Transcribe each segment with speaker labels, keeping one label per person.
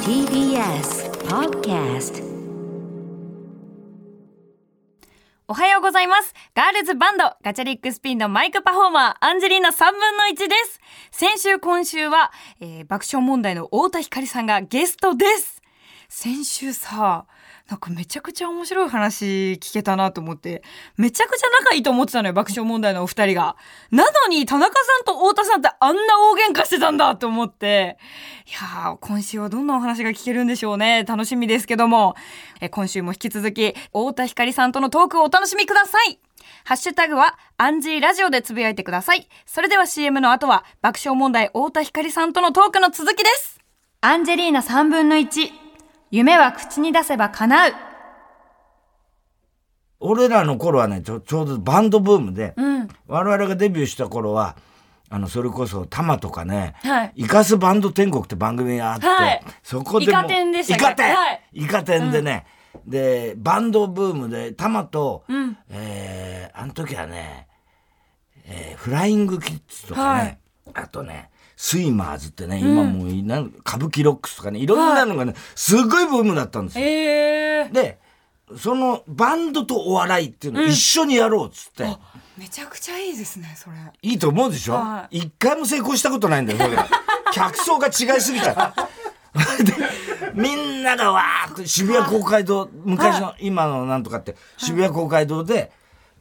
Speaker 1: TBS Podcast
Speaker 2: おはようございます。ガールズバンド、ガチャリックスピンのマイクパフォーマー、アンジェリーナ3分の1です。先週、今週は、えー爆笑問題の太田光さんがゲストです。先週さ、なんかめちゃくちゃ面白い話聞けたなと思って、めちゃくちゃ仲いいと思ってたのよ、爆笑問題のお二人が。なのに、田中さんと太田さんってあんな大喧嘩してたんだと思って、いやー、今週はどんなお話が聞けるんでしょうね。楽しみですけども、えー今週も引き続き、太田光さんとのトークをお楽しみください。ハッシュタグは、アンジーラジオでつぶやいてください。それでは CM の後は、爆笑問題太田光さんとのトークの続きです。アンジェリーナ3分の1。夢は口に出せば叶う。
Speaker 3: 俺らの頃はねちょちょうどバンドブームで、
Speaker 2: うん。
Speaker 3: 我々がデビューした頃はあのそれこそ「タマ」とかね
Speaker 2: はい
Speaker 3: イカスバンド天国」って番組があって、
Speaker 2: はい
Speaker 3: そこでも
Speaker 2: イカ天でしたっ
Speaker 3: イ
Speaker 2: け
Speaker 3: カ天、
Speaker 2: はい
Speaker 3: イカ天でね、でバンドブームで「タマ」と、
Speaker 2: ん
Speaker 3: えーあの時はね、えーフライングキッズ」とかね、あとねスイマーズってね、今もういなん歌舞伎ロックスとかね、いろんなのがね、すごいブームだったんですよ。
Speaker 2: えー。
Speaker 3: でそのバンドとお笑いっていうのを一緒にやろうっつって、
Speaker 2: めちゃくちゃいいですね、それ。
Speaker 3: いいと思うでしょ
Speaker 2: は
Speaker 3: 一回も成功したことないんだよ それが客層が違いすぎちゃうでみんながわーって渋谷公会堂昔の今のなんとかって渋谷公会堂で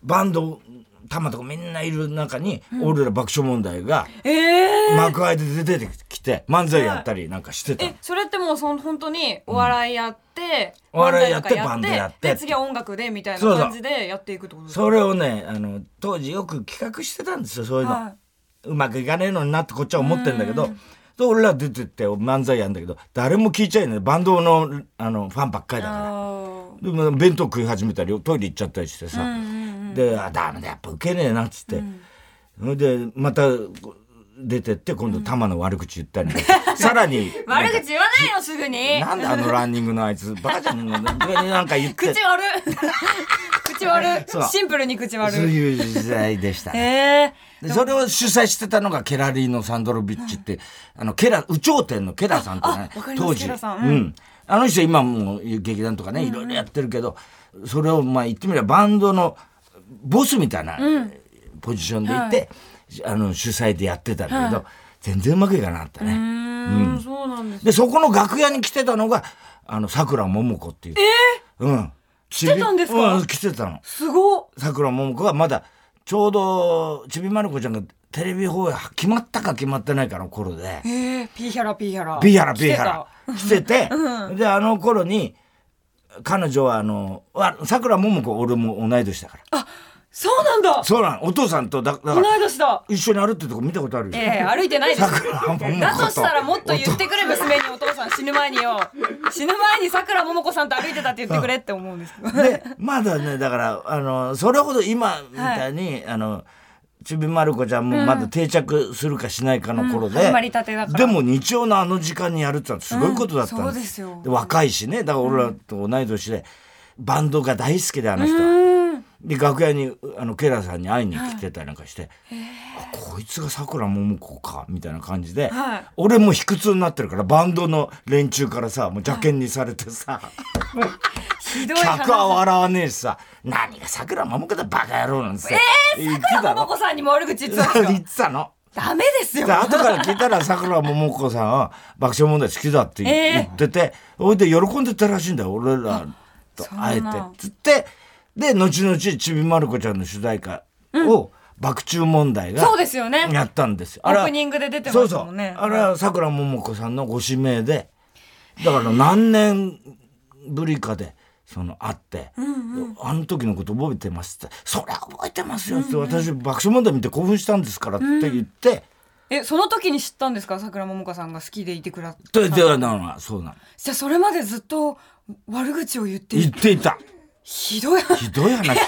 Speaker 3: バンドたまとかみんないる中に、俺ら爆笑問題が
Speaker 2: えー。
Speaker 3: 幕開で出てきて漫才やったりなんかしてたの
Speaker 2: え、それってもうその本当にお笑いやって、
Speaker 3: うんお笑いやって
Speaker 2: 漫才とか
Speaker 3: バンドやって
Speaker 2: で次は音楽でみたいな
Speaker 3: そうそう
Speaker 2: 感じでやっていくってことですか
Speaker 3: それをねあの当時よく企画してたんですよそういうの。
Speaker 2: は
Speaker 3: うまくいかねえのになってこっちは思ってんだけど、で俺ら出てって漫才やんだけど誰も聞いちゃいないバンドのあのファンばっかり
Speaker 2: い
Speaker 3: だ
Speaker 2: あ
Speaker 3: から。
Speaker 2: ー
Speaker 3: でも弁当食い始めたりトイレ行っちゃったりしてさ、
Speaker 2: うんうん
Speaker 3: で「あダメだやっぱウケねえな」っつって、それでまたこ出てって今度玉の悪口言ったり、 さらに
Speaker 2: 悪口言わないよすぐに
Speaker 3: なんであのランニングのあいつバカじゃね えのなんか言って
Speaker 2: 口 悪口悪
Speaker 3: そう
Speaker 2: シンプルに口
Speaker 3: そう
Speaker 2: 悪
Speaker 3: いう時代でしたね
Speaker 2: へえ
Speaker 3: でそれを主催してたのがケラリーノ・サンドロビッチって、あの、ケラ、宇宙天のケラさんってね
Speaker 2: あわか、ります
Speaker 3: 当時。
Speaker 2: ケラさん
Speaker 3: う
Speaker 2: うん
Speaker 3: ん。あの人今もう劇団とかね、いろいろやってるけど、それをまあ言ってみればバンドのボスみたいなポジションでいて、あの、主催でやってたんだけど、全然うまくいかなかった
Speaker 2: う
Speaker 3: ね。
Speaker 2: ーんそうなんです
Speaker 3: で、そこの楽屋に来てたのが、あの、桜桃子っていう。えうん。来
Speaker 2: てたんですか
Speaker 3: うん、来てたの。
Speaker 2: すご
Speaker 3: さくらももこはまだちょうどちびまる子ちゃんがテレビ放映決まったか決まってないかの頃で
Speaker 2: っえーピーヒャラピーヒャラ
Speaker 3: ビーハラ
Speaker 2: 来
Speaker 3: ビ
Speaker 2: て
Speaker 3: ー
Speaker 2: た
Speaker 3: ハラ来てて、であの頃に彼女はあのわさくらももこ俺も同い年だから
Speaker 2: そうなんだ
Speaker 3: そうなのお父さんとだだか
Speaker 2: 同い
Speaker 3: ら
Speaker 2: 年だ
Speaker 3: 一緒に歩ってるとこ見たことあるよ、
Speaker 2: ええ歩いてないです
Speaker 3: さくらももこと
Speaker 2: だとしたらもっと言ってくれ娘にお父さん死ぬ前によ死ぬ前にさくらももこさんと歩いてたって言ってくれって思うんですけど
Speaker 3: でまだねだからあのそれほど今みたいに、あのちびまる子ちゃんもまだ定着するかしないかの頃
Speaker 2: うんう
Speaker 3: で、
Speaker 2: ん始まりたてだから
Speaker 3: でも日曜のあの時間にやるってのはすごいことだったん
Speaker 2: うんそうですよ
Speaker 3: 若いしねだから俺らと同い年で、バンドが大好きであの人は、で楽屋にあのケラさんに会いに来てたりなんかして、あこいつがさくらももこかみたいな感じで、
Speaker 2: はい
Speaker 3: 俺もう卑屈になってるからバンドの連中からさもう邪剣にされてさ。
Speaker 2: ひどい話
Speaker 3: 客は笑わねえしさ何が桜桃子だバカ野郎なんですよえー、言ってた
Speaker 2: もも
Speaker 3: の
Speaker 2: こさんにも悪口言ってたんです
Speaker 3: 言っ
Speaker 2: よ
Speaker 3: てたの
Speaker 2: ダメですよ
Speaker 3: で後から聞いたら桜桃子さんは爆笑問題好きだって
Speaker 2: え
Speaker 3: 言
Speaker 2: ー
Speaker 3: っててほい、で喜んでたらしいんだよ俺らと会えて
Speaker 2: そうなん
Speaker 3: つってで後々ちびまる子ちゃんの主題歌を、爆中問題が
Speaker 2: そうですよね
Speaker 3: やったんですよ
Speaker 2: オ
Speaker 3: あれは
Speaker 2: ープニングで出てましたもんね
Speaker 3: そうそうあれはさくらももこさんのご指名でだから何年ぶりかでその会って、あの時のこと覚えてますって「そりゃ覚えてますよ」って、私爆笑問題見て興奮したんですから」って言って、
Speaker 2: えその時に知ったんですかさくらももかさんが好きでいてくださった
Speaker 3: ででなのはそうなの
Speaker 2: じゃあそれまでずっと悪口を言って
Speaker 3: 言っていた
Speaker 2: ひ どい
Speaker 3: ひどい話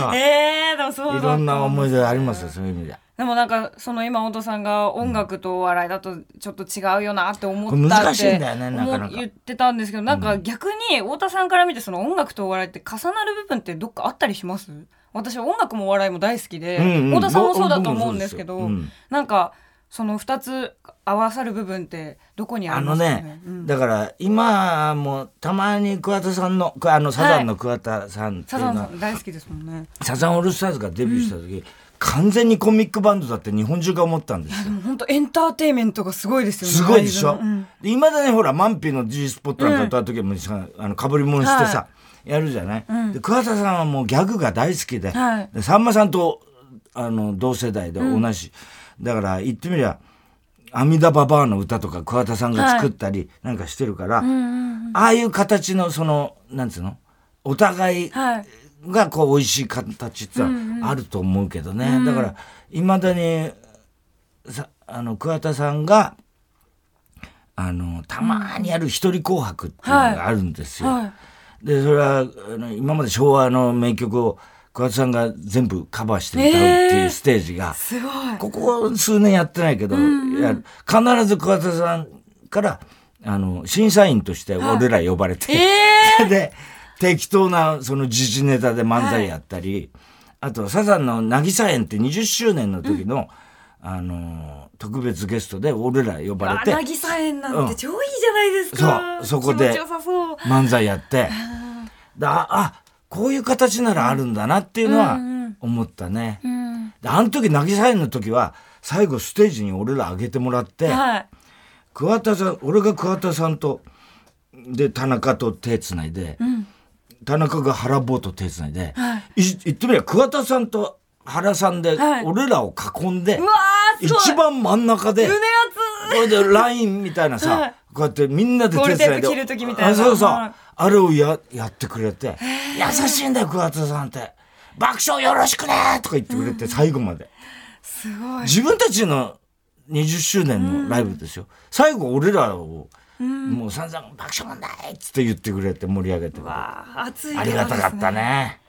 Speaker 3: あ
Speaker 2: えー、でもそうだ
Speaker 3: いろんな思い出ありますよそういう意味で。
Speaker 2: でもなんかその今本さんが音楽とお笑いだとちょっと違うよなって思
Speaker 3: これ
Speaker 2: った
Speaker 3: 難
Speaker 2: っ
Speaker 3: しい
Speaker 2: て
Speaker 3: んだよねなかなか
Speaker 2: 思う言ってたんですけどなんか逆に太田さんから見てその音楽とお笑いって重なる部分ってどっかあったりします私は音楽もお笑いも大好きで、
Speaker 3: うんうん
Speaker 2: 太田さんもそうだと思うんですけど、
Speaker 3: 僕もそうですようん
Speaker 2: なんかその2つ合わさる部分ってどこにあ
Speaker 3: あ
Speaker 2: り
Speaker 3: の
Speaker 2: ますかね
Speaker 3: ね、
Speaker 2: うん
Speaker 3: だから今もたまに桑田さんの、あのサザンの桑田さんってい
Speaker 2: サ
Speaker 3: う
Speaker 2: ザン
Speaker 3: の
Speaker 2: さ
Speaker 3: は、
Speaker 2: ん大好きですもんね
Speaker 3: サザンオールスターズがデビューした時、完全にコミックバンドだって日本中が思ったんですよ。
Speaker 2: 本当エンターテインメントがすごいですよね
Speaker 3: すごいでしょ
Speaker 2: ライブのうん。
Speaker 3: いま、未だにほら、マンピの G スポットなんか歌う時もさ、あの、かぶり物してさ、
Speaker 2: は
Speaker 3: やるじゃない、で桑田さんはもうギャグが大好きで、
Speaker 2: はい
Speaker 3: でさんまさんと、あの、同世代で同じ。だから、言ってみりゃ、阿弥陀ババアの歌とか桑田さんが作ったりなんかしてるから、ああいう形のその、なんつうのお互い
Speaker 2: はい
Speaker 3: がこう美味しい形ってのはあると思うけどね、だからいまだにさあの桑田さんがあのたまにやる一人紅白っていうのがあるんですよ。
Speaker 2: はい
Speaker 3: でそれはあの今まで昭和の名曲を桑田さんが全部カバーして歌うってい
Speaker 2: え
Speaker 3: う
Speaker 2: ー
Speaker 3: ステージが、
Speaker 2: すごい
Speaker 3: ここ数年やってないけど、やる必ず桑田さんからあの審査員として俺ら呼ばれて、
Speaker 2: ええ
Speaker 3: で、適当な、その時事ネタで漫才やったり、あと、サザンの渚園って20周年の時の、あのー、特別ゲストで俺ら呼ば
Speaker 2: あ
Speaker 3: れて、
Speaker 2: 渚園なんて超いいじゃないですか、
Speaker 3: そうそこで
Speaker 2: 気持ちよさそう
Speaker 3: 漫才やって、だあ、こういう形ならあるんだなっていうのは思ったね。であの時、渚園の時は、最後ステージに俺ら上げてもらって、
Speaker 2: はい
Speaker 3: 桑田さん俺が桑田さんとで田中と手つないで、田中が原坊と手つないで、い言ってみれば桑田さんと原さんで
Speaker 2: はい
Speaker 3: 俺らを囲んで、
Speaker 2: うわーすごい
Speaker 3: 一番真ん中で
Speaker 2: 胸熱
Speaker 3: これでラインみたいなさ、
Speaker 2: はい
Speaker 3: こうやってみんなで手伝いで
Speaker 2: ゴールテープ切る時みたいな
Speaker 3: あそうそう、
Speaker 2: はい
Speaker 3: あれをややってくれて優しいんだよ桑田さんって爆笑よろしくねとか言ってくれて、最後まです
Speaker 2: ごい
Speaker 3: 自分たちの20周年のライブですよ、最後俺らを、もう散々爆笑問題っつって言ってくれて盛り上げてくれてあ
Speaker 2: あー熱い
Speaker 3: りがたかったね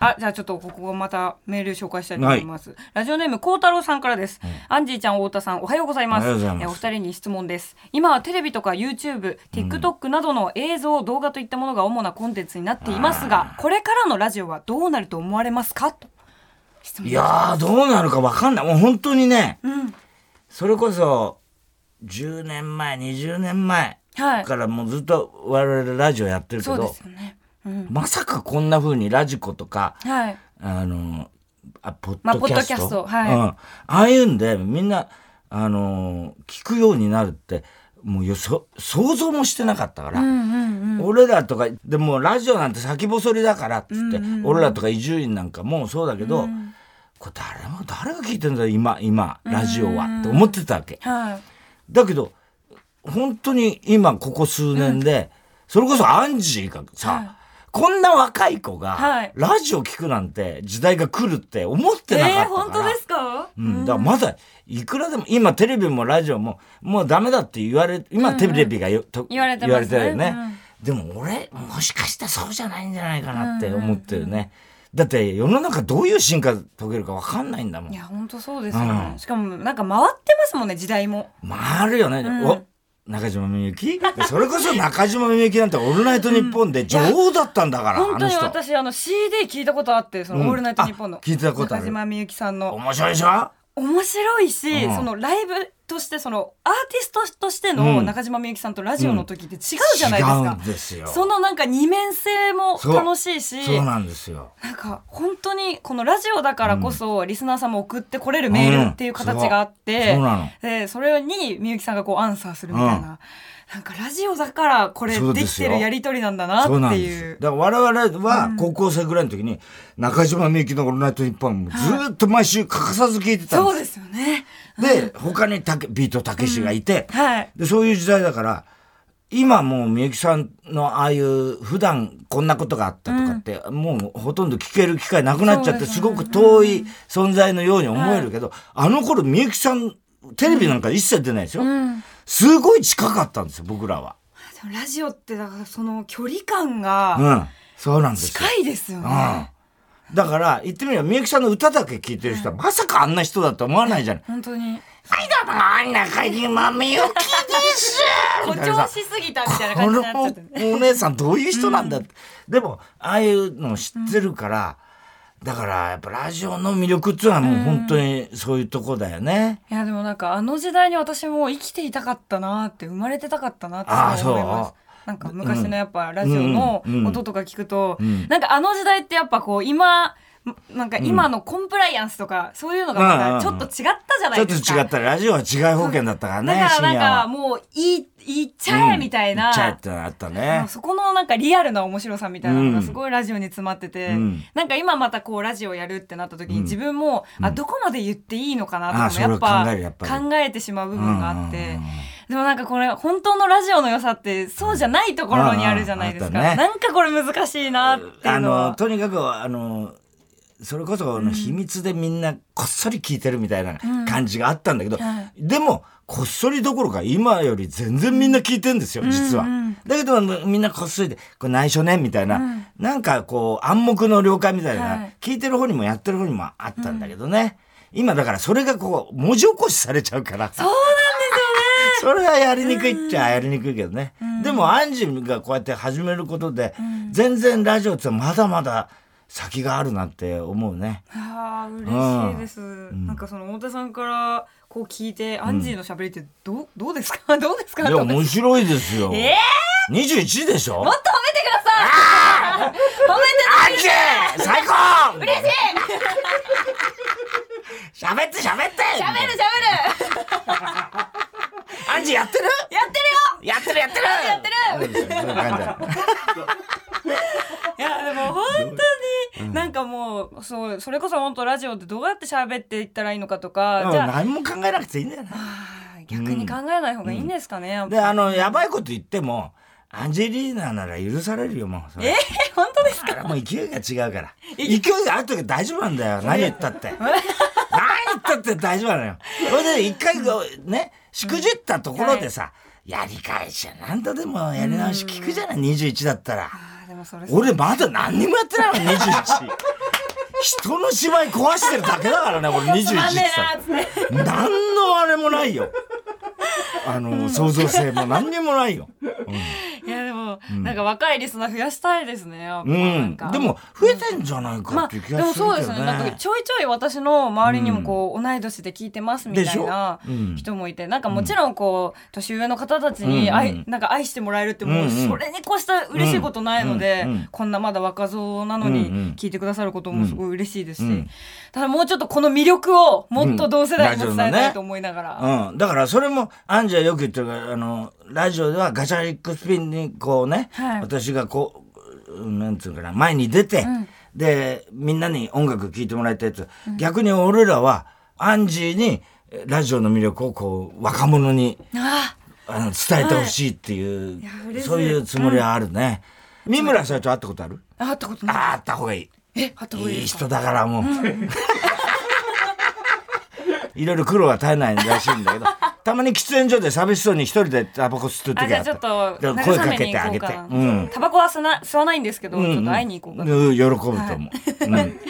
Speaker 2: あ、じゃあちょっとここをまたメール紹介したいと思います。ラジオネーム、幸太郎さんからです。アンジーちゃん、太田さん、おはようございます。
Speaker 3: おはようございます
Speaker 2: えお二人に質問です。今はテレビとか YouTube、TikTok などの映像、動画といったものが主なコンテンツになっていますが、これからのラジオはどうなると思われますかと質問
Speaker 3: いやーどうなるか分かんないもう本当にね、それこそ10年前20年前
Speaker 2: はい
Speaker 3: からもうずっと我々ラジオやってるけ
Speaker 2: そうで
Speaker 3: ど
Speaker 2: す、よね。
Speaker 3: まさかこんな風にラジコとか、
Speaker 2: はい。
Speaker 3: あの、あポッ
Speaker 2: まあ
Speaker 3: ドキャス
Speaker 2: ポ
Speaker 3: ト。
Speaker 2: ッドキャストはい
Speaker 3: うん。ああいうんで、みんな、あの、聞くようになるって、もうよそ、想像もしてなかったから、俺らとか、でもラジオなんて先細りだからっつって、俺らとか伊集院なんかもそうだけど、これ誰も、誰が聞いてんだよ、今、今、ラジオはって思ってたわけ。
Speaker 2: はい。
Speaker 3: だけど、本当に今ここ数年で、それこそアンジーがさ、こんな若い子
Speaker 2: は
Speaker 3: が
Speaker 2: い、
Speaker 3: ラジオ聞くなんて時代が来るって思って
Speaker 2: え
Speaker 3: なかったから。
Speaker 2: ー、本当ですか
Speaker 3: うん、だからまだ、いくらでも、今テレビもラジオも、もうダメだって言われ、今テレビがよ、と
Speaker 2: 言われてますね
Speaker 3: 言わよね。でも俺、もしかしたらそうじゃないんじゃないかなって思ってるね。だって世の中どういう進化遂げるかわかんないんだもん
Speaker 2: い。や、本当そうですよね。
Speaker 3: うん
Speaker 2: しかも、なんか回ってますもんね、時代も。
Speaker 3: まあ、あるよね。お中島みゆき それこそ中島みゆきなんて「オールナイトニッポン」で女王だったんだから、
Speaker 2: 本当
Speaker 3: あの
Speaker 2: に
Speaker 3: 人
Speaker 2: 私あの CD 聞いたことあって「その
Speaker 3: うん
Speaker 2: オールナイトニッポン」の
Speaker 3: あ聞いたことある
Speaker 2: 中島みゆきさんの
Speaker 3: 面白いでしょ
Speaker 2: 面白いし、
Speaker 3: うん
Speaker 2: そのライブとしてそのアーティストとして
Speaker 3: う
Speaker 2: の
Speaker 3: ん
Speaker 2: 中島みゆきさんとラジオの時って違うじゃないですか、
Speaker 3: 違うんですよ
Speaker 2: そのなんか二面性も
Speaker 3: そう
Speaker 2: 楽しいし
Speaker 3: そうなんですよ
Speaker 2: なんか本当にこのラジオだからこそリスナーさんも送ってこれるメールっていう形があって、
Speaker 3: うんそうそうなの
Speaker 2: でそれにみゆきさんがこうアンサーするみたいな、
Speaker 3: うん
Speaker 2: なんかラジオだからこれ
Speaker 3: そう
Speaker 2: で
Speaker 3: で
Speaker 2: き
Speaker 3: す
Speaker 2: て
Speaker 3: よ
Speaker 2: るやり取りなんだな
Speaker 3: そうな
Speaker 2: って
Speaker 3: ん
Speaker 2: い
Speaker 3: で
Speaker 2: う
Speaker 3: す。だから我々は高校生ぐらいの時に中島みゆきの「オールナイトニッポン」もずーっと毎週欠かさず聞いてたん
Speaker 2: そう
Speaker 3: で
Speaker 2: ですよね。
Speaker 3: すで他にたけビートたけしがいて、
Speaker 2: はい。
Speaker 3: でそういう時代だから今もうみゆきさんのああいう普段こんなことがあったとかって、もうほとんど聞ける機会なくなっちゃっ
Speaker 2: そうで
Speaker 3: て,、
Speaker 2: すすね
Speaker 3: ごく遠い存在のように思えるけど、あの頃みゆきさんテレビなんか一切出ないですよ、すごい近かったんですよ僕らは、
Speaker 2: でもラジオってだからその距離感が
Speaker 3: うん、そうなんですよ、
Speaker 2: 近いですよね。
Speaker 3: うん、だから言ってみればみゆきさんの歌だけ聞いてる人はまさかあんな人だと思わないじゃない、
Speaker 2: 本当に
Speaker 3: はいどうも中島みゆきです
Speaker 2: 誇張しすぎたみたいな
Speaker 3: こ
Speaker 2: 感じになっちゃ
Speaker 3: の
Speaker 2: ってね。
Speaker 3: お姉さんどういう人なんだって。でも、ああいうのを知ってるから、だからやっぱラジオの魅力っていうのはもう本当にそういうとこだよね。
Speaker 2: いやでもなんかあの時代に私も生きていたかったなって生まれてたかったなって
Speaker 3: ああ
Speaker 2: すごい思います
Speaker 3: そう。
Speaker 2: なんか昔のやっぱラジオの
Speaker 3: うんうん
Speaker 2: 音とか聞くと、
Speaker 3: ん
Speaker 2: なんかあの時代ってやっぱこう今なんか今のコンプライアンスとかそういうのがまたちょっと違ったじゃな
Speaker 3: ちょ
Speaker 2: い
Speaker 3: っ
Speaker 2: で
Speaker 3: と
Speaker 2: すか。
Speaker 3: 違ったらラジオは違い保険だったからね
Speaker 2: だからな
Speaker 3: 深
Speaker 2: ん
Speaker 3: 夜
Speaker 2: か
Speaker 3: は。
Speaker 2: もういいいっちゃえみたいな。
Speaker 3: うん行っちゃえってのあったね
Speaker 2: もう。そこのなんかリアルな面白さみたいなのがすごいラジオに詰まってて、
Speaker 3: うん
Speaker 2: なんか今またこうラジオやるってなった時に自分も、あどこまで言っていいのかな
Speaker 3: あ
Speaker 2: と
Speaker 3: そ
Speaker 2: か
Speaker 3: れ
Speaker 2: もやっぱ
Speaker 3: 考えるやっぱり
Speaker 2: 考えてしまう部分があって、
Speaker 3: うんうんうんうん
Speaker 2: でもなんかこれ本当のラジオの良さってそうじゃないところにあるじゃないですか、
Speaker 3: うんうんあったね
Speaker 2: なんかこれ難しいなってい
Speaker 3: あ
Speaker 2: うのは
Speaker 3: のとにかくあのそれこそあの秘密でみんなこっそり聞いてるみたいな感じがあったんだけど、
Speaker 2: は
Speaker 3: でもこっそりどころか今より全然みんな聞いてんですよ、実は。
Speaker 2: うん
Speaker 3: だけどあのみんなこっそりで「これ内緒ね」みたいな、なんかこう暗黙の了解みたいな、
Speaker 2: はい
Speaker 3: 聞いてる方にもやってる方にもあったんだけどね、今だからそれがこう文字起こしされちゃうから。
Speaker 2: そう
Speaker 3: それはやりにくいっちゃやりにくいけどね。でも、アンジュがこうやって始めることで、全然ラジオってまだまだ先があるなって思うね。
Speaker 2: あー嬉しいです、なんかその太田さんからこう聞いて、アンジーの喋りってどうどうですか どうですか
Speaker 3: いや、
Speaker 2: と思って
Speaker 3: 面白いですよ。
Speaker 2: え
Speaker 3: 21でしょ
Speaker 2: ー、もっと褒めてください褒めて
Speaker 3: アンジュ最高嬉しい 喋って喋って
Speaker 2: 喋る喋る
Speaker 3: アンジュやってる
Speaker 2: やって
Speaker 3: やってるやってる
Speaker 2: やって
Speaker 3: るそういう感じ
Speaker 2: るよいやでも本当に、なんかもうそうそれこそ本当ラジオってどうやって喋っていったらいいのかとか、 じ
Speaker 3: だ
Speaker 2: ゃ
Speaker 3: うん
Speaker 2: あ
Speaker 3: 何も考えなくていいんだよね。
Speaker 2: あー逆に考えない方がいいんですかね、やっぱ
Speaker 3: で、あの、やばいこと言っても、アンジェリーナなら許されるよ、もう。それ
Speaker 2: えー、本当ですか
Speaker 3: あれもう勢いが違うから。勢いがある時は大丈夫なんだよ。何言っ たって。何言ったって大丈夫なのよ。それで一回こうね、しくじったところでさ、やり返しや何度でもやり直し聞くじゃない、21だったら。
Speaker 2: あーでもそれ
Speaker 3: 俺まだ何にもやってないの、21。人の芝居壊してるだけだからね、俺21って
Speaker 2: つまんね
Speaker 3: さ。
Speaker 2: えなーっつって
Speaker 3: 何のあれもないよ。あの、創造性も何にもないよ。
Speaker 2: いやでも、なんか若いリスナー増やしたいですねやっぱ
Speaker 3: う
Speaker 2: なん
Speaker 3: ん
Speaker 2: か。
Speaker 3: でも、増えてんじゃないか
Speaker 2: ま
Speaker 3: っ
Speaker 2: あ、
Speaker 3: ていう気
Speaker 2: で
Speaker 3: が
Speaker 2: も
Speaker 3: するけどね。
Speaker 2: そうですよねなんかちょいちょい私の周りにもこう、同い年で聞いてますみたいな
Speaker 3: でしょうん
Speaker 2: 人もいて、なんかもちろんこう年上の方たちに
Speaker 3: うん
Speaker 2: 愛,、なんか愛してもらえるってもううん
Speaker 3: うん
Speaker 2: それに越した嬉しいことないので、
Speaker 3: うんうん
Speaker 2: こんなまだ若造なの
Speaker 3: うんうん
Speaker 2: に聞いてくださることもすごい嬉しいですし、
Speaker 3: うんうん
Speaker 2: ただもうちょっとこの魅力をもっと同世代にも伝えたいと思いながら、
Speaker 3: うん。だからそれも、アンジェよく言ってるから、あの、ラジオではガチャリックスピンにこうね、
Speaker 2: はい
Speaker 3: 私がこううん、なんつうかな、前に出て、で、みんなに音楽聴いてもらいたいと、逆に俺らは、アンジーにえラジオの魅力をこう、若者に
Speaker 2: あ
Speaker 3: あの伝えてほしいっていう、
Speaker 2: いや嬉しい
Speaker 3: そういうつもりはあるね。三村社長会ったことある、
Speaker 2: あ会ったことない
Speaker 3: ああ、あった方がいい。
Speaker 2: え会ったことない
Speaker 3: い
Speaker 2: で
Speaker 3: い
Speaker 2: すか
Speaker 3: 人だからもう。 いろいろ苦労は絶えないらしいんだけど、たまに喫煙所で寂しそうに一人でタバコ吸って
Speaker 2: あ
Speaker 3: る時
Speaker 2: じゃ
Speaker 3: あ
Speaker 2: あ
Speaker 3: っ。
Speaker 2: ちょったと
Speaker 3: でも
Speaker 2: 慰
Speaker 3: 声
Speaker 2: め
Speaker 3: かけ
Speaker 2: に
Speaker 3: てあ
Speaker 2: 行こ
Speaker 3: げ
Speaker 2: う
Speaker 3: て
Speaker 2: かな
Speaker 3: うん
Speaker 2: タバコは吸わな吸わないんですけど、
Speaker 3: うんうん
Speaker 2: ちょっと会いに行こうかな、
Speaker 3: うん喜ぶと思う。うん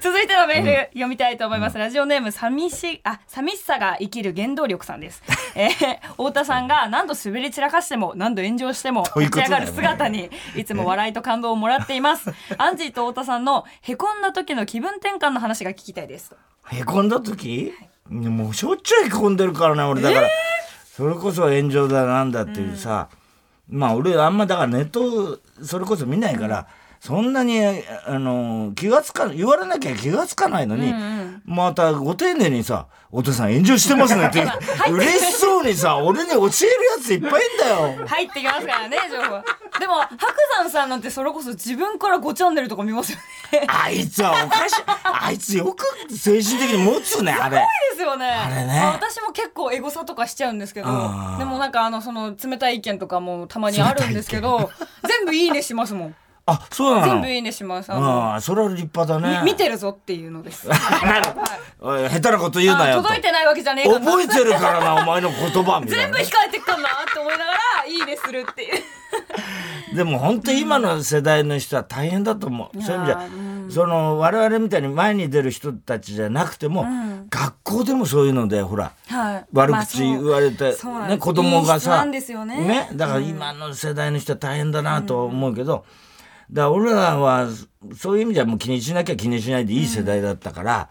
Speaker 2: 続いてのメール、読みたいと思います。ラジオネーム、寂し、あ、寂しさが生きる原動力さん です。えー太田さんが何度滑り散らかしても、何度炎上しても、
Speaker 3: ういう
Speaker 2: 立
Speaker 3: こ
Speaker 2: ち
Speaker 3: とだ
Speaker 2: 上
Speaker 3: よね
Speaker 2: がる姿に、いつも笑いと感動をもらってい ます。アンジーと太田さんの、へこんだ時の気分転換の話が聞きたいです。
Speaker 3: へこんだ時もうしょっちゅうへこんでるからね俺だから、それこそ炎上だなんだっていうさ、まあ俺あんまだからネットそれこそ見ないから、そんなにあの気がつか言われなきゃ気がつかないのに、またご丁寧にさ「お父さん炎上してますね」 って嬉しそうにさ俺に教えるやついっぱいいん だよ。
Speaker 2: 入ってきますからね、情報。でも、白山さんなんてそれこそ自分から5チャンネルとか見ますよね。
Speaker 3: あいつはおかしい。あいつよく精神的に持つね、あれ。
Speaker 2: ですよね。
Speaker 3: れね
Speaker 2: まあ私も結構エゴサとかしちゃうんですけど、
Speaker 3: あー
Speaker 2: でもなんかあのその冷たい意見とかもたまにあるんですけど、 全部いいねしますもん。
Speaker 3: あ、そうなの
Speaker 2: 全部いいねします。あの、
Speaker 3: うん、それは立派だね。
Speaker 2: み見てるぞっていうのです。
Speaker 3: なるおい下手なこと言うな
Speaker 2: あ
Speaker 3: よと
Speaker 2: 届いてないわけじゃねえかな。
Speaker 3: 覚えてるからなお前の言葉みたい
Speaker 2: 全部
Speaker 3: な
Speaker 2: 控えてっかんなって思いながらいいねするっていう。
Speaker 3: でも本当今の世代の人は大変だと思うそういう意味じゃ、その我々みたいに前に出る人たちじゃなくても、学校でもそういうのでほら、
Speaker 2: はい
Speaker 3: 悪口言われて、ね、子供が
Speaker 2: いい質
Speaker 3: さ
Speaker 2: なんですよね。
Speaker 3: だから今の世代の人は大変だなと思うけど、だから俺らは、そういう意味じゃもう気にしなきゃ気にしないでいい世代だったから、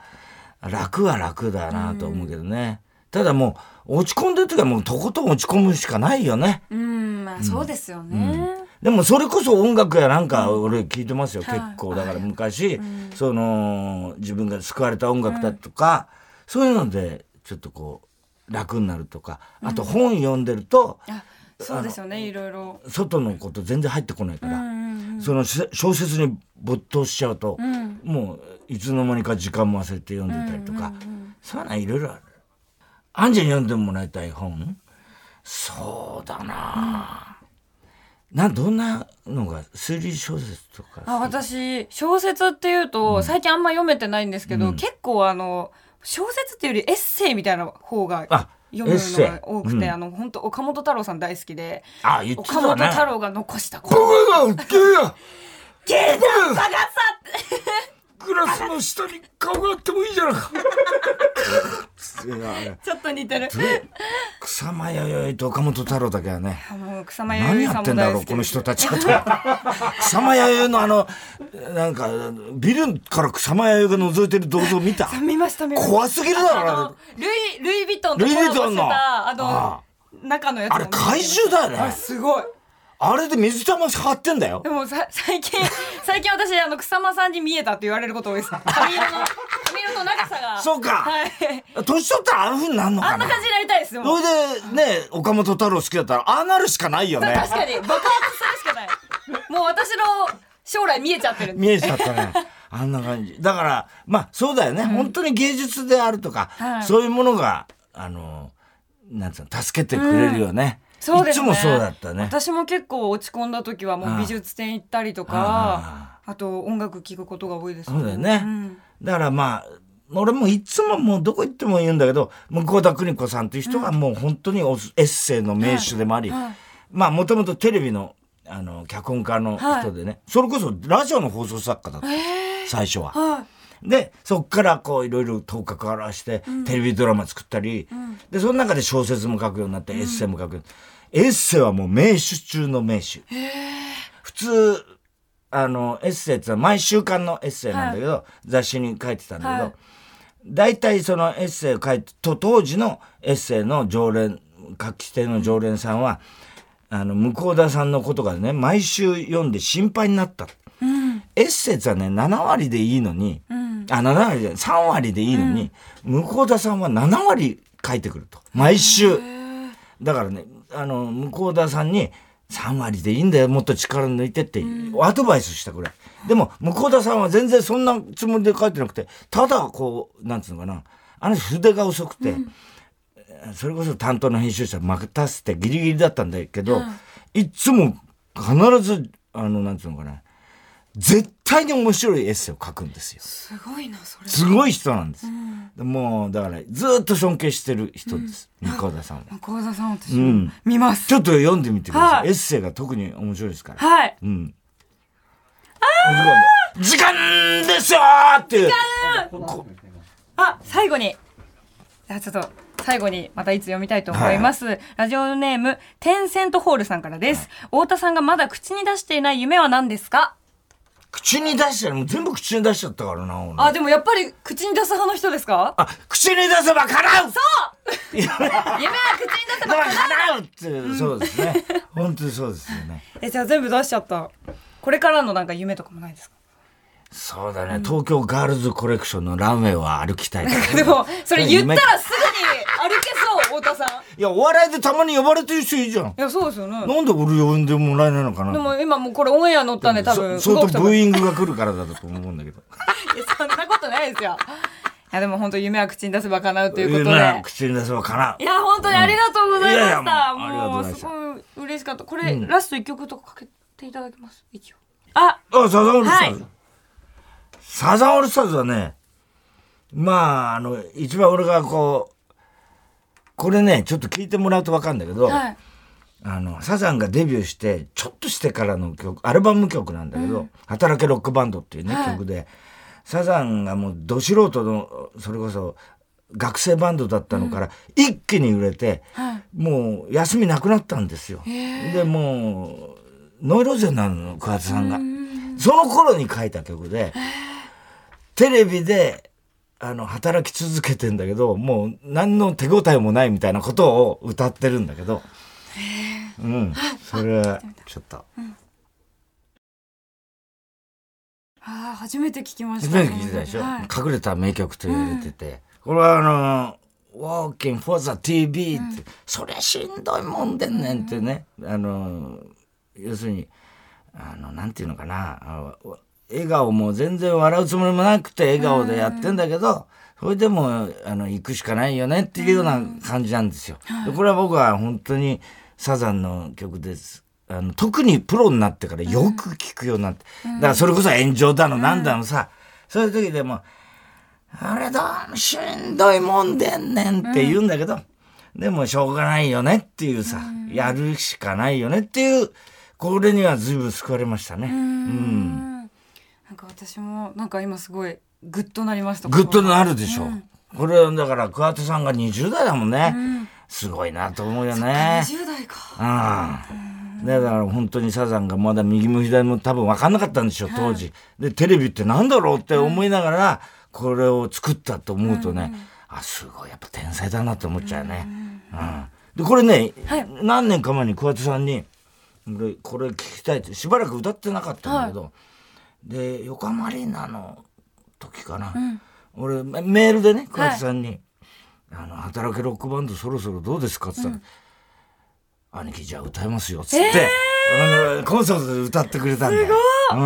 Speaker 3: 楽は楽だなと思うけどね。ただもう、落ち込んでる時はもうとことん落ち込むしかないよね。
Speaker 2: うん、まあそうですよね。
Speaker 3: でもそれこそ音楽やなんか俺聞いてますよ、結構だから昔、その自分が救われた音楽だとか、そういうのでちょっとこう楽になるとかあと本読んでると、
Speaker 2: あ、そうですよね、いろいろ。
Speaker 3: 外のこと全然入ってこないから、そのし小説に没頭しちゃうと、もういつの間にか時間も忘れて読んでたりとか、そういうのはいろいろある。アンジェに読んでもらいたい本そうだな、などんなのが推理小説とか
Speaker 2: あ、私、小説っていうと、最近あんま読めてないんですけど、結構あの、小説っていうよりエッセイみたいな方が
Speaker 3: あ
Speaker 2: 読むの
Speaker 3: エッセイ
Speaker 2: が多くて、あの、本当岡本太郎さん大好きで、
Speaker 3: あ言って
Speaker 2: 岡
Speaker 3: た
Speaker 2: 本
Speaker 3: ね
Speaker 2: 太郎が残したこ
Speaker 3: 僕
Speaker 2: の
Speaker 3: が受けや
Speaker 2: 芸能探さ
Speaker 3: グラスの下に顔があってもいいじゃない かいやあれ
Speaker 2: ちょっと似てる。
Speaker 3: 草間弥生と岡本太郎だけはね
Speaker 2: あもう草間
Speaker 3: 何
Speaker 2: 彌生
Speaker 3: や
Speaker 2: さ
Speaker 3: っ
Speaker 2: ん
Speaker 3: て
Speaker 2: も
Speaker 3: んだ
Speaker 2: 大
Speaker 3: ろ
Speaker 2: 好
Speaker 3: う
Speaker 2: き
Speaker 3: この
Speaker 2: です。
Speaker 3: 人たちはと草間彌生のあのなんかビルから草間彌生が覗いてる銅像見た
Speaker 2: あ見ました見ました。
Speaker 3: 怖すぎるだろあ
Speaker 2: あのルイルイ・ヴィトンと
Speaker 3: ルイ
Speaker 2: コ
Speaker 3: ヴ
Speaker 2: ラ
Speaker 3: ィ
Speaker 2: ボ
Speaker 3: トン
Speaker 2: し
Speaker 3: の
Speaker 2: てたあ
Speaker 3: あ
Speaker 2: の中のやつ
Speaker 3: れ
Speaker 2: も
Speaker 3: あれ
Speaker 2: 見て
Speaker 3: 怪獣だよ
Speaker 2: あ
Speaker 3: ね
Speaker 2: すごい
Speaker 3: あれで水玉張ってんだよ
Speaker 2: でもさ最近 最近私あの草間さんに見えたって言われること多い です髪色の髪色の長さが
Speaker 3: そうか
Speaker 2: はい
Speaker 3: 年取ったらああいうふうになるの
Speaker 2: あ
Speaker 3: か
Speaker 2: んな
Speaker 3: な
Speaker 2: 感じになりたいですでも
Speaker 3: それでね岡本太郎好きだったらああなるしかないよね
Speaker 2: 確かに爆発するしかないもう私の将来見えちゃってるんで
Speaker 3: 見えちゃったねあんな感じだからまあそうだよね、本当に芸術であるとか、
Speaker 2: はい
Speaker 3: そういうものがあのなんつうの助けてくれるよね、
Speaker 2: そうですね
Speaker 3: いつもそうだったね
Speaker 2: 私も結構落ち込んだ時はもう美術展行ったりとかあと音楽聴くことが多いです
Speaker 3: そうだよね、
Speaker 2: ん
Speaker 3: だからまあ俺もいつももうどこ行っても言うんだけど向田邦子さんという人がもう本当におすエッセイの名手でもあり、まあもともとテレビのあの脚本家の人でね、それこそラジオの放送作家だった、最初は。
Speaker 2: はい
Speaker 3: でそっからこういろいろ頭角を現して、テレビドラマ作ったり、でその中で小説も書くようになって、エッセイも書くようになってエッセイはもう名手中の名手普通あのエッセイってのは毎週間のエッセイなんだけど、雑誌に書いてたんだけど、
Speaker 2: はい
Speaker 3: 大体そのエッセイを書いてと当時のエッセイの常連書き手の常連さんは、あの向田さんのことがね毎週読んで心配になった、エッセイってのはね7割でいいのに、あ7割じゃない3割でいいのに、向田さんは7割書いてくると毎週だからねあの向田さんに3割でいいんだよもっと力抜いてってアドバイスしたくらいでも向田さんは全然そんなつもりで書いてなくてただこうなんつうのかなあの人筆が遅くて、それこそ担当の編集者任せてギリギリだったんだけど、いつも必ずあのなんつうのかな絶対に面白いエッセイを書くんですよ
Speaker 2: すごいなそれ
Speaker 3: すごい人なんです、もうだからずっと尊敬してる人です、向田さんは
Speaker 2: 向田さん私
Speaker 3: ん
Speaker 2: 見ます
Speaker 3: ちょっと読んでみてください、
Speaker 2: はい
Speaker 3: エッセイが特に面白いですから
Speaker 2: はい
Speaker 3: うん。時間ですよーっていう。
Speaker 2: あ、最後に。あ、ちょっと。最後にまたいつ読みたいと思います、ラジオネームテンセントホールさんからです、太田さんがまだ口に出していない夢は何ですか
Speaker 3: 口に出したら、もう全部口に出しちゃったからな、俺
Speaker 2: あでもやっぱり口に出す派の人ですか
Speaker 3: あ、口に出せば叶う
Speaker 2: そう夢は口に出せば
Speaker 3: だから叶うっていう、そうですね。本当にそうですよね。
Speaker 2: えじゃあ全部出しちゃったこれからのなんか夢とかもないですか
Speaker 3: そうだね、東京ガールズコレクションのランウェイは歩きたい。
Speaker 2: でもそれ言った
Speaker 3: 夢
Speaker 2: らすぐ に歩けそう太田さんい
Speaker 3: いや、お笑いでたまに呼ばれてる人いいじゃん。
Speaker 2: やそうですよね
Speaker 3: なんで俺呼んでもらえないのかな
Speaker 2: でも今もうこれオンエア乗ったんで多分
Speaker 3: そ
Speaker 2: 動
Speaker 3: 相
Speaker 2: く
Speaker 3: 当
Speaker 2: と
Speaker 3: ブ
Speaker 2: 思う
Speaker 3: ーイングが来るからだと思うんだけど。
Speaker 2: いやそんなことないですよ。いやでも本当夢は口に出せば叶うということで。
Speaker 3: 夢は口に出せば叶う
Speaker 2: い。や本当にありがとうございまし
Speaker 3: うんいやいや
Speaker 2: た。
Speaker 3: もうありがとう
Speaker 2: も
Speaker 3: ご
Speaker 2: う
Speaker 3: ざいますした
Speaker 2: ごい嬉しかった。これ、ラスト一曲とかかけていただけます。一応。あ、
Speaker 3: あ、サザンオールスターズ。
Speaker 2: は
Speaker 3: サザンオールスターズはね、まあ、あの、一番俺がこう、これね、ちょっと聞いてもらうとわかるんだけど、
Speaker 2: はい。
Speaker 3: あの、サザンがデビューして、ちょっとしてからの曲、アルバム曲なんだけど、働けロックバンドっていうね、
Speaker 2: はい
Speaker 3: 曲で、サザンがもう、ど素人の、それこそ、学生バンドだったのから、一気に売れて、もう、休みなくなったんですよ。で、もう、ノイローゼになるの、桑田さんが。その頃に書いた曲で、テレビで、あの、働き続けてんだけど、もう何の手応えもないみたいなことを歌ってるんだけど、うん。それは、ちょっと。
Speaker 2: ああ、初めて聞きまし
Speaker 3: 初
Speaker 2: た。
Speaker 3: めて聞いてたでしょ、
Speaker 2: はい
Speaker 3: 隠れた名曲と言われてて、これはあの「Walking for the TV」って、そりゃしんどいもんでんねんってね、あの要するにあのなんていうのかなあの笑顔も全然笑うつもりもなくて笑顔でやってんだけど、それでもあの行くしかないよねっていうような感じなんですよ。でこれは僕は本当にサザンの曲です。あの特にプロになってからよく聞くようになって、だからそれこそ炎上だのなんだのさ、そういう時でもあれだ、しんどいもんでんねんって言うんだけど、でもしょうがないよねっていうさ、やるしかないよねっていう、これには随分救われましたね。うん。
Speaker 2: なんか私も、なんか今すごい、グッとなりました。
Speaker 3: グッとなるでしょ。これはだから、桑田さんが20代だもんね。
Speaker 2: ん
Speaker 3: すごいなと思うよね。
Speaker 2: 20代か。
Speaker 3: うん。だから本当にサザンがまだ右も左も多分分かんなかったんでしょう、当時。で、テレビってなんだろうって思いながら、これを作ったと思うとね、あ、すごい、やっぱ天才だなって思っちゃうね。うん。で、これね、
Speaker 2: はい
Speaker 3: 何年か前に桑田さんに、俺これ聞きたいって、しばらく歌ってなかったんだけど、で、横浜アリーナの時かな、俺、メメールでね、桑田さんに、あの、働けロックバンドそろそろどうですかって言ったら、兄貴じゃあ歌いますよっつって、あのコンサートで歌ってくれたんだよ。すご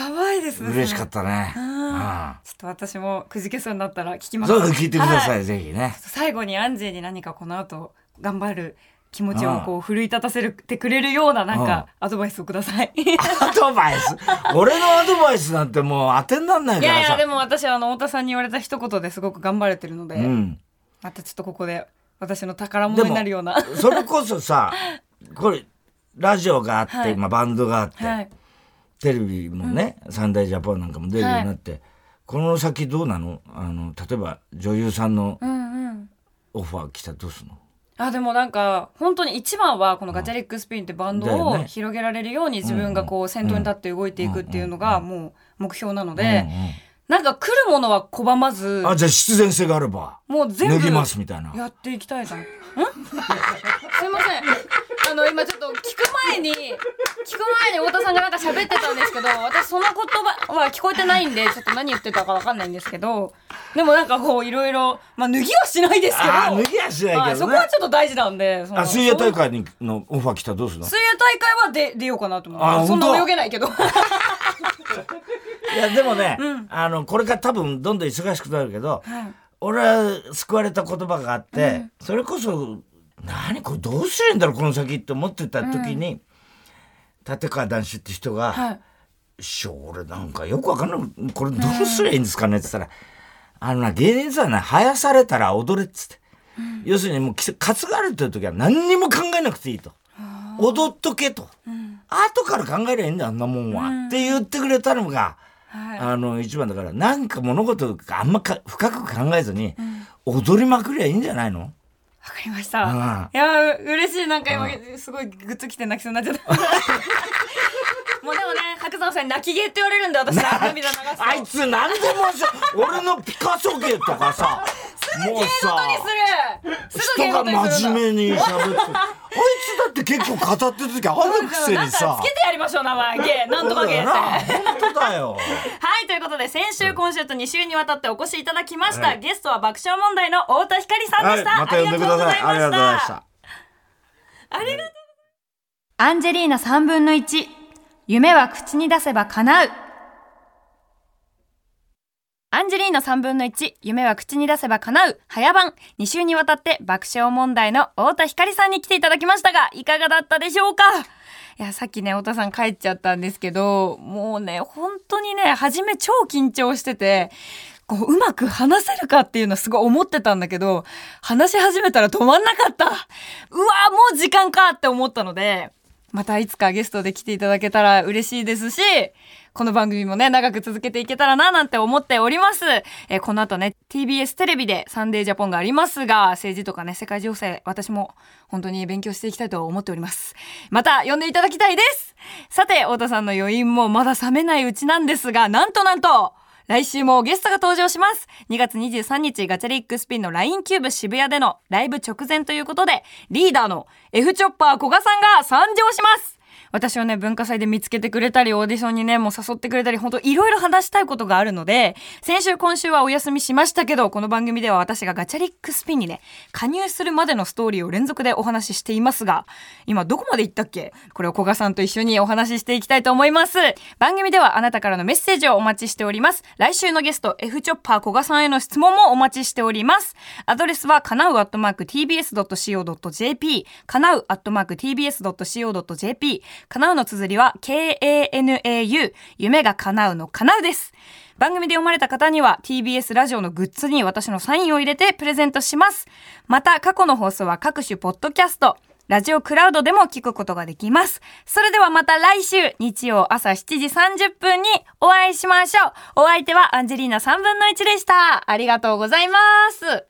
Speaker 2: やばいです
Speaker 3: う
Speaker 2: ね。
Speaker 3: ん、嬉しか
Speaker 2: っ
Speaker 3: ったね。うん
Speaker 2: ちょっと私もくじけそうになったら聞きます。
Speaker 3: そう聞いてください、
Speaker 2: は
Speaker 3: ぜひね。
Speaker 2: 最後にアンジェに何かこの後、頑張る気持ちをこう奮い立たせてくれるようななんかアドバイスをください。
Speaker 3: アドバイス俺のアドバイスなんてもう当てになんない
Speaker 2: い
Speaker 3: か
Speaker 2: や
Speaker 3: ら
Speaker 2: い
Speaker 3: さ。
Speaker 2: やでも私はあの太田さんに言われた一言ですごく頑張れてるので、
Speaker 3: うん。
Speaker 2: またちょっとここで私の宝物になるような
Speaker 3: それこそさ、これ、ラジオがあって、
Speaker 2: はい
Speaker 3: 今バンドがあって、
Speaker 2: はい
Speaker 3: テレビもね、サンダイジャパンなんかも出るようになって、この先どうなのあの、例えば女優さんの
Speaker 2: うんうん
Speaker 3: オファー来たらどうすんの、
Speaker 2: あでもなんか本当に一番はこのガチャリックスピンってバンド
Speaker 3: だよ
Speaker 2: を
Speaker 3: ね
Speaker 2: 広げられるように自分がこう先頭に立って動いていくっていうのがもう目標なのでなんか来るものは拒まず
Speaker 3: うんうんあ、じゃあ必然性があれば、
Speaker 2: もう全
Speaker 3: 脱
Speaker 2: 部
Speaker 3: ぎますみたいな。
Speaker 2: やっていきた いじゃん。んすいません。あの今ちょっと聞く前に聞く前に太田さんがなんか喋ってたんですけど、私その言葉は聞こえてないんでちょっと何言ってたかわかんないんですけど、でもなんかこういろいろまあ脱ぎはしないですけど、
Speaker 3: ああー、脱ぎはしないけどね。
Speaker 2: はいそこはちょっと大事なんで、その
Speaker 3: あ、水泳大
Speaker 2: そ
Speaker 3: 会にのオファー来たらどうするの
Speaker 2: の水泳大会は出出ようかなと思いま
Speaker 3: あ
Speaker 2: す。そんな
Speaker 3: 本当
Speaker 2: 泳げないけ ど。
Speaker 3: いや、でもね、あの、これから多分どんどん忙しくなるけど、俺は救われた言葉があって、それこそ、何これどうすりゃいいんだろう、この先って思ってた時に、立川談志って人が、
Speaker 2: はい
Speaker 3: 師匠、俺なんかよくわかんない。これどうすりゃいいんですかねって言ったら、あのな、芸人さんはね、生やされたら踊れっつって。要するにもうき、担がれてる時は何にも考えなくていいと。踊っとけと。後から考えりゃいいんだよ、あんなもんは。って言ってくれたのが、
Speaker 2: はい
Speaker 3: あの、一番だから、なんか物事があんまか深く考えずに、踊りまくりゃいいんじゃないの
Speaker 2: わかりまし
Speaker 3: うん
Speaker 2: た。いやー、嬉しい。なんか今、すごいグッときて泣きそうになっちゃった。 もうでもね、白山さんに泣き芸って言われるんで、私、涙流すと。
Speaker 3: あいつ何でもさ、俺のピカソ芸と かさ、もう
Speaker 2: するすぐ芸
Speaker 3: 人
Speaker 2: 事に
Speaker 3: が
Speaker 2: する
Speaker 3: 真
Speaker 2: んだ
Speaker 3: 面目に喋って。あいつだって結構語ってる時あるくせ
Speaker 2: だ
Speaker 3: に
Speaker 2: ったら
Speaker 3: さ
Speaker 2: つけ。てやりましょう、名 前。芸。なんとか
Speaker 3: そうだ
Speaker 2: 芸って。
Speaker 3: よな。
Speaker 2: は
Speaker 3: 本当だ よ。
Speaker 2: い、ということで、先週、今週と2週にわたってお越しいただきました。ゲストは爆笑問題の太田光さんでした。
Speaker 3: また呼んでください。ありがとうございました。。
Speaker 2: ありがとうアンジェリーナ3分の1。夢は口に出せば叶う。アンジェリーナ3分の1。夢は口に出せば叶う。早番。2週にわたって爆笑問題の太田光さんに来ていただきましたが、いかがだったでしょうかいや、さっきね、太田さん帰っちゃったんですけど、もうね、本当にね、初め超緊張してて、こう、うまく話せるかっていうのはすごい思ってたんだけど、話し始めたら止まんなかった。うわーもう時間かって思ったので、またいつかゲストで来ていただけたら嬉しいですし、この番組もね、長く続けていけたらな、なんて思っております。えーこの後ね、TBS テレビでサンデージャポンがありますが、政治とかね、世界情勢、私も本当に勉強していきたいと思っております。また、呼んでいただきたいですさて、太田さんの余韻もまだ冷めないうちなんですが、なんとなんと来週もゲストが登場します。2月23日、ガチャリックスピンの LINE キューブ渋谷でのライブ直前ということで、リーダーの F チョッパー古賀さんが参上します私をね、文化祭で見つけてくれたり、オーディションにね、もう誘ってくれたり、本当いろいろ話したいことがあるので、先週今週はお休みしましたけど、この番組では私がガチャリックスピンにね、加入するまでのストーリーを連続でお話ししていますが、今どこまで行ったっけこれを古賀さんと一緒にお話ししていきたいと思います。番組ではあなたからのメッセージをお待ちしております。来週のゲスト、F チョッパー古賀さんへの質問もお待ちしております。アドレスは、かなう .tbs.co.jp、かなう .tbs.co.jp、かなうの綴りは、k-a-n-a-u、夢が叶うの叶うです。番組で読まれた方には TBS ラジオのグッズに私のサインを入れてプレゼントします。また過去の放送は各種ポッドキャスト、ラジオクラウドでも聞くことができます。それではまた来週日曜朝7時30分にお会いしましょう。お相手はアンジェリーナ3分の1でした。ありがとうございます。